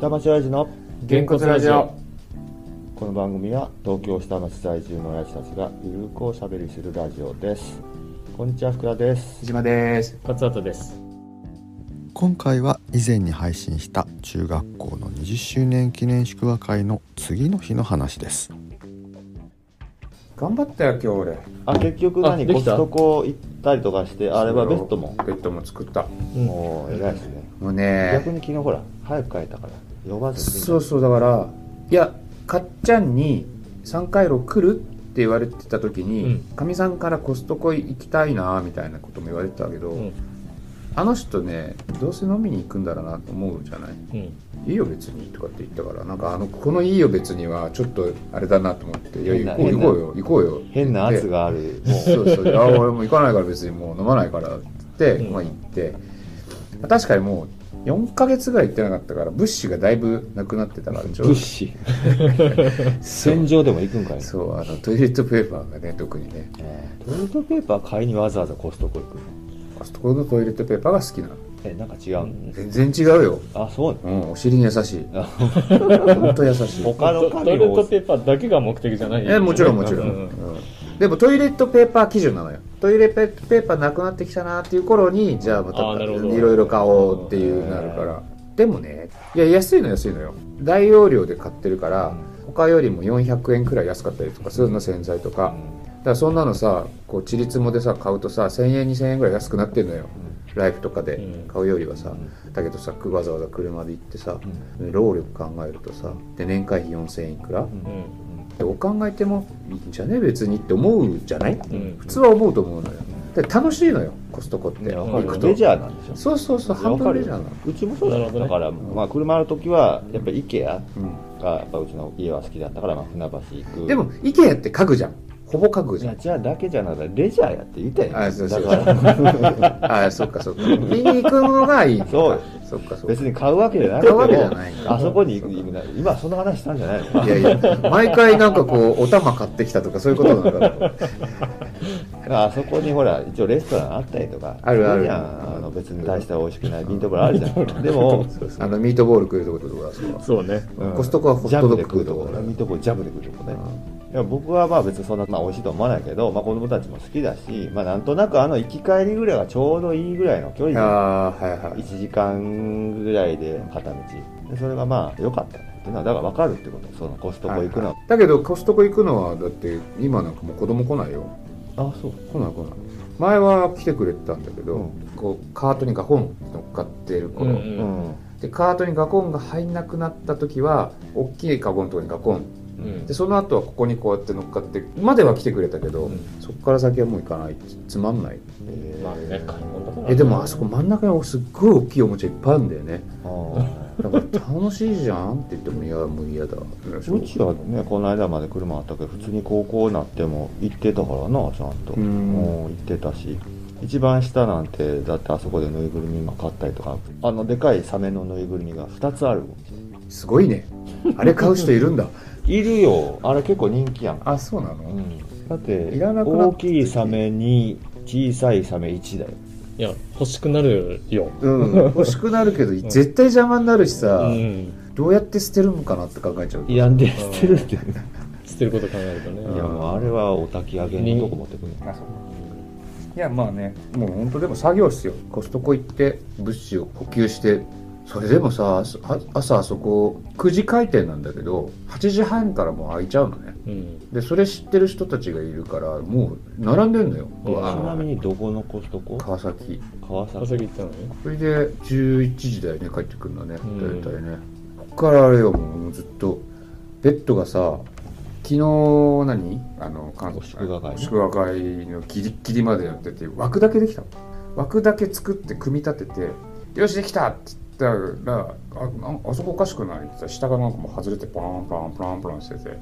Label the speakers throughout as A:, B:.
A: 下町ラジの
B: げんこつラジオ
A: この番組は東京下町在住の親父たちがゆるくおしゃべりするラジオですこんにちは福田です
B: 島です
C: 勝畑です。
D: 今回は以前に配信した中学校の20周年記念祝賀会の次の日の話です
B: 頑張ったよ今日俺
A: あ結局何
C: あで
A: コ
C: き
A: ス
C: た
A: トコ行ったりとかしてあれはベストも
B: ベッドも作った
A: もう偉いですね
B: もうね
A: 逆に昨日ほら早く帰ったから呼ばずに
B: そうそうだからいやかっちゃんに「3回路来る?」って言われてた時に
C: う
B: かみ、さんからコストコ行きたいなみたいなことも言われてたけど、
C: うん
B: あの人ねどうせ飲みに行くんだろうなと思うじゃない
C: うん。
B: 「いいよ別に」とかって言ったからなんかあのこの「いいよ別に」はちょっとあれだなと思って「いや
A: 変な
B: 行こ
A: 変な
B: う行こうよ行こうよ」
A: 変な圧があるもう
B: そうそうあ俺もう行かないから別にもう飲まないからって言って、
C: うん
B: まあ、行ってまあ確かにもう4ヶ月ぐらい行ってなかったから物資がだいぶなくなってたからちょ
A: 物
B: うど
A: 資戦
B: そう
A: 場でも行くんかい
B: そうあのトイレットペーパーがね特にね
A: ねえトイレットペーパー買いにわざわざコストコ行く
B: コストコのトイレットペーパーが好きなの
A: えなんか違う、
B: 全然違うよ
A: あそう
B: うんお尻に優しい
A: あ
B: 本当優しい
A: 他の
C: トトイ
A: 紙
C: レット
A: を
C: ペーパーだけが目的じゃないよね
B: えもちろんもちろ
C: う
B: ん、うんでもトイレットペーパー基準なのよトイレペペーパーなくなってきたなっていう頃にじゃあまた
C: あーなるほど
B: いろいろ買おうっていうなるからでもねいや安いの安いのよ大容量で買ってるから、他よりも400円くらい安かったりとかするの洗剤とか、だからそんなのさこうちりつもでさ買うとさ1000円2000円ぐらい安くなってんのよ、ライフとかで買うよりはさ、だけどさわざわざ車で行ってさ、労力考えるとさで年会費4000円いくら、
C: うん
B: お考えてもいいんじゃね別にって思うじゃない、
C: ん
B: 普通は思うと思うのよで楽しいのよコストコって、
A: ね
B: 行
A: わか
B: く
A: る
B: と
A: メジャーなんでしょ
B: そうそうそう半分レジャーなの
A: うちもそうだ,、
C: なるほどね
A: だから、まあ、車の時はやっぱり IKEA
B: う
A: がやっぱうちの家は好きだったから、まあ、船橋行く
B: んでも IKEA って家具じゃんほぼ家具
A: い
B: じゃ
A: や
B: ん
A: じゃあだけじゃなくてレジャーやって言いたい
B: あそうそう
A: だから
B: ああそっかそっか見に行くのがいいのか
A: そう
B: そっかそっ
A: 別
B: か
A: に買うわけじゃなく
B: 買
A: て
B: う
A: も
B: わけじゃないから
A: あそこに行く行くな今そんな話したんじゃないの
B: いやいや毎回なんかこうお玉買ってきたとかそういうことなのかな
A: あそこにほら一応レストランあったりとか
B: あるある
A: いいじゃんあの別に大した美味しくないビントボールあ るじゃんでも
B: あのミートボール食うとことかそう
C: そうね。
A: うん
B: コストコはホットドッグ食うとこ
A: ジャブで食うとこミートボールジャブで食うとこねいや僕はまあ別にそんな、まあ、美味しいとは思わないけど、まあ、子供たちも好きだし、まあ、なんとなくあの行き帰りぐらいがちょうどいいぐらいの距
B: あ
A: 離
B: あはいはい
A: で1時間ぐらいで片道でそれがまあ良かったっていうのはだから分かるってことそのコストコ行くのは、
B: だけどコストコ行くのはだって今なんかもう子供来ないよ
A: あそう
B: 来ない来ない前は来てくれてたんだけど、
A: うん
B: こうカートにガコン乗っかってる
C: う
B: 頃、
A: うんん
B: でカートにガコンが入んなくなった時は大きいカゴのとこにガコン
C: うん
B: で。その後はここにこうやって乗っかってまでは来てくれたけど、
C: うん
B: そこから先はもう行かないつまんない
A: えー
C: まあね、買い物だから。
B: えでもあそこ真ん中にすっごい大きいおもちゃいっぱいあるんだよね
A: あ
B: だから楽しいじゃんって言ってもいやもう嫌だ
A: ーうちはねこの間まで車あったけど普通に高校になっても行ってたからなちゃんと
B: うん
A: もう行ってたし一番下なんてだってあそこでぬいぐるみ今買ったりとかあのでかいサメのぬいぐるみが2つある
B: すごいねあれ買う人いるんだ
A: いるよあれ結構人気やん、
B: あそうなの、
A: だって
B: いらなくなっ
A: 大きいサメに小さいサメ1だよ
C: いや、欲しくなるよ。
B: うん、欲しくなるけど絶対邪魔になるしさ、
C: うん。
B: どうやって捨てるのかなって考えちゃう
A: いやんで捨てるってい
C: 捨てること考えるとね。
A: やもうあれはお焚き上げのとこ持ってくる
B: あそういやまあねもう本当でも作業っすよコストコ行って物資を補給してそれでもさあ朝あそこ9時開店なんだけど8時半からもう開いちゃうのね
C: うん。
B: でそれ知ってる人たちがいるからもう並んでんのよ
A: ち
B: うわー
A: なみにどこのコストコ
B: 川崎
A: 川崎
C: 川崎行ったのね。
B: それで11時だよね帰ってくるのね
C: ん
B: 大体ね、こっからあれよもうずっとベッドがさ昨日何あの韓国
A: 祝賀会ね
B: 祝賀会のギリッギリまでやってて枠だけできたの枠だけ作って組み立てて「よしできた!」って言ったら「あああそこおかしくない?」って言ったら下がなんかもう外れてパランパランパランパランしてて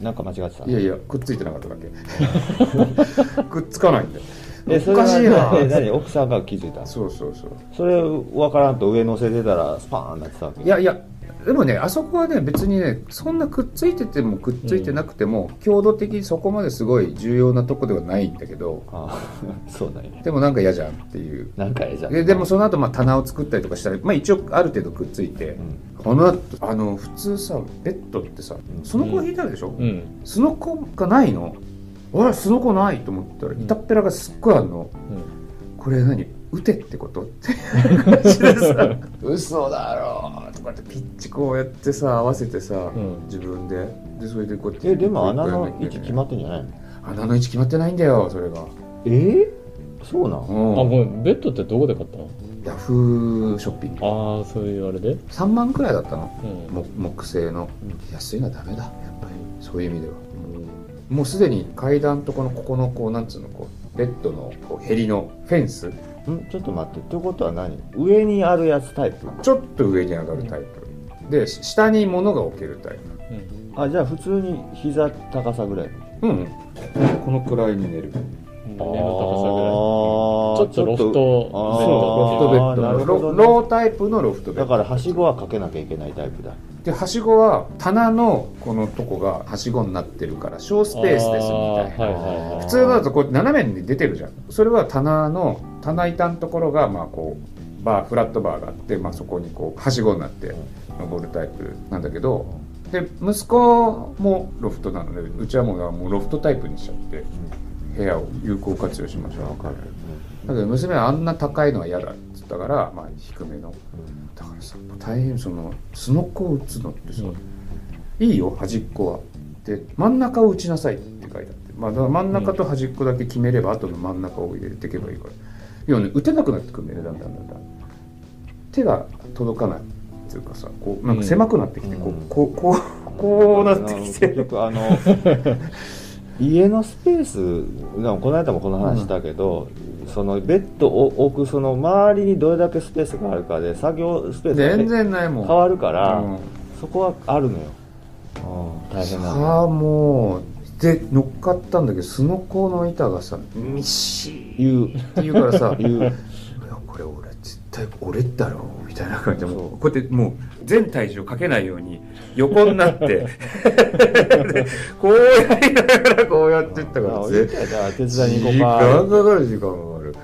A: なんか間違ってた
B: いやいやくっついてなかっただけくっつかないんだよ
A: えそれ
B: おかしいな
A: はえ 何奥さんが気づいた
B: そうそうそう
A: それ分からんと上乗せてたらスパーンなってたわけ
B: いやいやでもねあそこはね別にねそんなくっついててもくっついてなくても、強度的にそこまですごい重要なとこではないんだけど
A: ああ そうなんや
B: でもなんか嫌じゃんっていう
A: なんかええじゃん
B: ででもその後まあ棚を作ったりとかしたら、まあ、一応ある程度くっついて、
A: うん
B: この後あの普通さベッドってさその子引いてあるでしょ、
C: うん。
B: すのこがないのあれすのこないと思ったら
C: うん
B: 板っぺらがすっごいあんの
C: うん。
B: これ何打てってことっていう感じで さ嘘だろとかってピッチこうやってさ合わせてさ、
C: うん
B: 自分ででそれでこうやって
A: えでも穴の位置決ま
B: っ
A: ってんじゃないの
B: 穴の位置決まってないんだよそれが
A: えそうなん
C: あ、
B: う
C: ご
B: ん
C: めん。ベッドってどこで買った
B: ヤフーショッピング
C: のああ、そういうあれで。
B: 3万くらいだったの
C: うん。
B: 木木製の
A: う
B: 安いのはダメだやっぱりそういう意味ではもうすでに階段とこのここのこうなんつうのこうベッドのこうへりのフェンス
A: んちょっと待ってってことは何上にあるやつタイプ
B: ちょっと上に上がるタイプでし下に物が置けるタイ
C: うん
A: あじゃあ普通に膝高さぐらい
B: プうんこのくらいに寝る
C: 胸の
A: あー
C: 高さぐらい。ちょっとロフトベッ
A: あー
B: ロフト
C: ド
B: ベ
C: み
B: ッド
A: なる
B: の
A: ほど
B: ロ
A: ね
B: ロータイプのロフトベッ
A: だ
B: ド
A: からはしごはかけなきゃいけないタイプだ
B: ではしごは棚のこのとこがはしごになってるから小ス
C: たいな。
B: ペースですみ
C: あ
B: たい
C: ー
B: な
C: はいはいはい
B: 普通のだとこう斜めに出てるじゃんそれは棚の棚板のところがまあこうバーフラットバーがあって、まあ、そこにこうはしごになって登るタイプなんだけどで息子もロフトなのでうちはもうもうロフトタイプにしちゃって部屋を有効活用しましょうだけど娘はあんな高いのは嫌だっつったから、まあ、低めのだからさ大変そのすのこを打つのってさ、いいよ端っこは」で真ん中を打ちなさい」って書いてあって、まあ、だから真ん中と端っこだけ決めれば、後の真ん中を入れていけばいいから要はね打てなくなってくるんだよねだんだんだんだん手が届かないっていうかさこうなんか狭くなってきて、
A: うん
B: こうこうこうこうなってき
A: 結
B: て
A: 局あの 家のスペースでもこの間もこの話したけど、そのベッドを置くその周りにどれだけスペースがあるかで作業スペースがね
B: 全然ないもん
A: 変わるから、
B: うん
A: そこはあるのよ、うん、大変な
B: さ
A: の
B: あもうで乗っかったんだけどすのこの板がさ「ミシー」
A: 言う
B: って 言うからさ
A: 言う
B: いやこれ俺絶対俺だろうみたいな感じでもうこうやってもう全体重かけないように横になって でこうやりながらこうやっていったから
A: 俺
B: 絶
A: じゃあ手
B: 対
A: 伝いに行
B: 時間
A: こ
B: かかる時間がある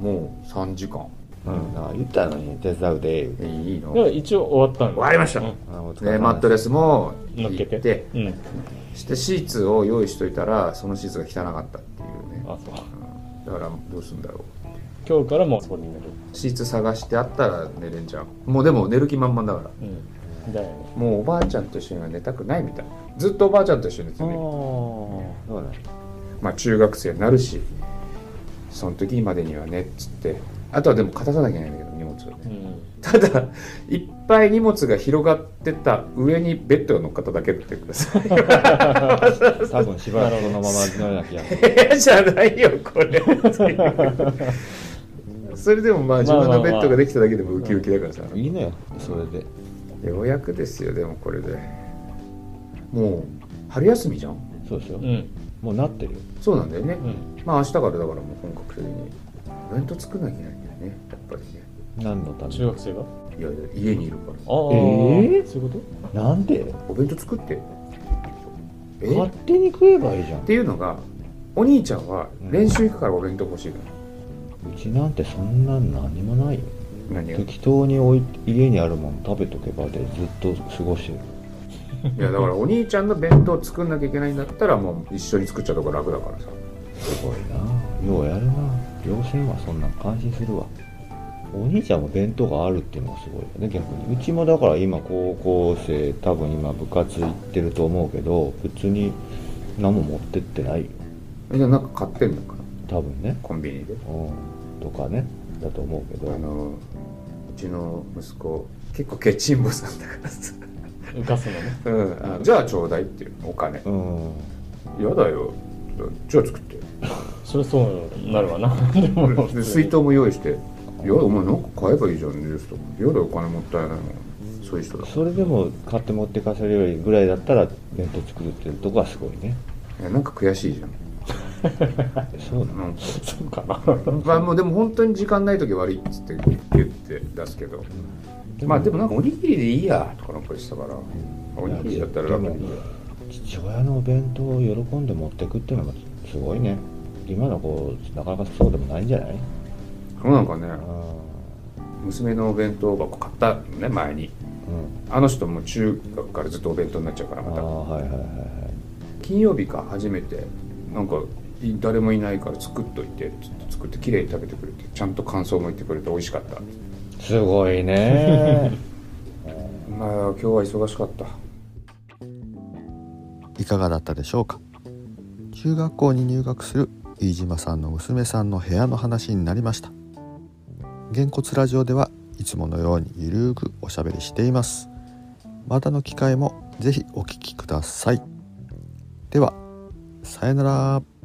B: もう3時間
A: うか、うん、な言ったのに手伝うで言うて
B: いい
C: だから
B: の
C: 一応終わったんだ
B: 終わりました
C: うん
A: あお疲れ様
B: で
A: です
B: マットレスも
C: 乗っけ
B: 行ってて。
C: うん。
B: してシーツを用意しといたらそのシーツが汚かったっていうね
C: あ、そう。
B: うんだからどうすんだろう
C: 今日からもうそこに寝る。
B: シーツ探してあったら寝れんじゃんもうでも寝る気満々だから
C: うん。だよね。
B: もうおばあちゃんと一緒には寝たくないみたいずっとおばあちゃんと一緒に寝て
A: ああ
B: ね
A: そうね
B: まあ中学生になるしその時までにはねっつってあとはでも片さなきゃいけないんだけど荷物を
C: う
B: ね
C: ん。
B: ただいっぱい荷物が広がってた上にベッドが乗っかっただけだってください
A: 多分しばらくそのままのような気がする
B: 部屋じゃないよこ れっていうそれでもまあ自分のベッドができただけでもウキウキだからさ、
A: いいのよそれで
B: ようやくですよでもこれでもう春休みじゃん
A: そうですよ、
C: うん。
A: もうなってるよ
B: そうなんだよね、
C: うん。
B: まあ明日からだからもう本格的にイベント作んなきゃいけないんだよねやっぱりね
A: 何のため
C: 中学生があ
B: いやいや家にいるから
C: あ。
A: えー
C: そういうこ
A: なんで
B: お弁当作ってえ
A: 勝
B: っ
A: 手に食えばいいじゃん
B: ていうのがお兄ちゃんは練習行くからお弁当欲しいのよ、
A: うちなんてそんなん何もないよ
B: 何 がい
A: 適当に置いて家にあるもの食べとけばでずっと過ごしてる
B: やだからお兄ちゃんの弁当作んなきゃいけないんだったらもう一緒に作っちゃうとこ楽だからさ
A: すごいなようやるな両親はそんなん感心するわお兄ちゃんも弁当があるっていうのがすごいよね逆にうちもだから今高校生多分今部活行ってると思うけど別に何も持ってってないよ
B: えじゃあなんか買ってんのかな
A: 多分ね
B: コンビニで
A: うんとかねだと思うけど
B: あのうちの息子結構ケチンボさんだからさ、
C: と浮かすのね。
B: うん、あのじゃあちょうだいっていうお金
A: うん
B: 嫌だよじゃあ作って
C: それそうなるわな。 でも
B: で水筒も用意して「いやお前なんか買えばいいじゃんジュースとか」「いやだお金もったいないもん」そういう人だ
A: それでも買って持ってかせるよりぐらいだったら弁当作るっていうとこはすごいね
B: いやなんか悔しいじゃん
A: そうなの
B: うん
C: そうかな。
B: まあ、もうでも本当に時間ない時悪いっつって言って出すけど、まあでもなんかおにぎりでいいやとかなんかしたから、おにぎりだったら楽
A: で
B: に
A: も父親のお弁当を喜んで持ってくっていうのがすごいね今の子なかなかそうでもないんじゃない
B: そうなんかね
A: う
B: 娘のお弁当箱買ったのね前に
A: ん、
B: あの人も中学からずっとお弁当になっちゃうから
A: あ
B: ま
A: あ
B: た
A: はいはいはいはい
B: 金曜日か初めてなんかい誰もいないから作っといてちょっと作って綺麗に食べてくれてちゃんと感想も言ってくれて美味しかった
A: すごい ね
B: まあ今日は忙しかった
D: いかがだったでしょうか中学校に入学する飯島さんの娘さんの部屋の話になりましたげんこつラジオではいつものようにゆるーくおしゃべりしていますまたの機会もぜひお聞きくださいではさよなら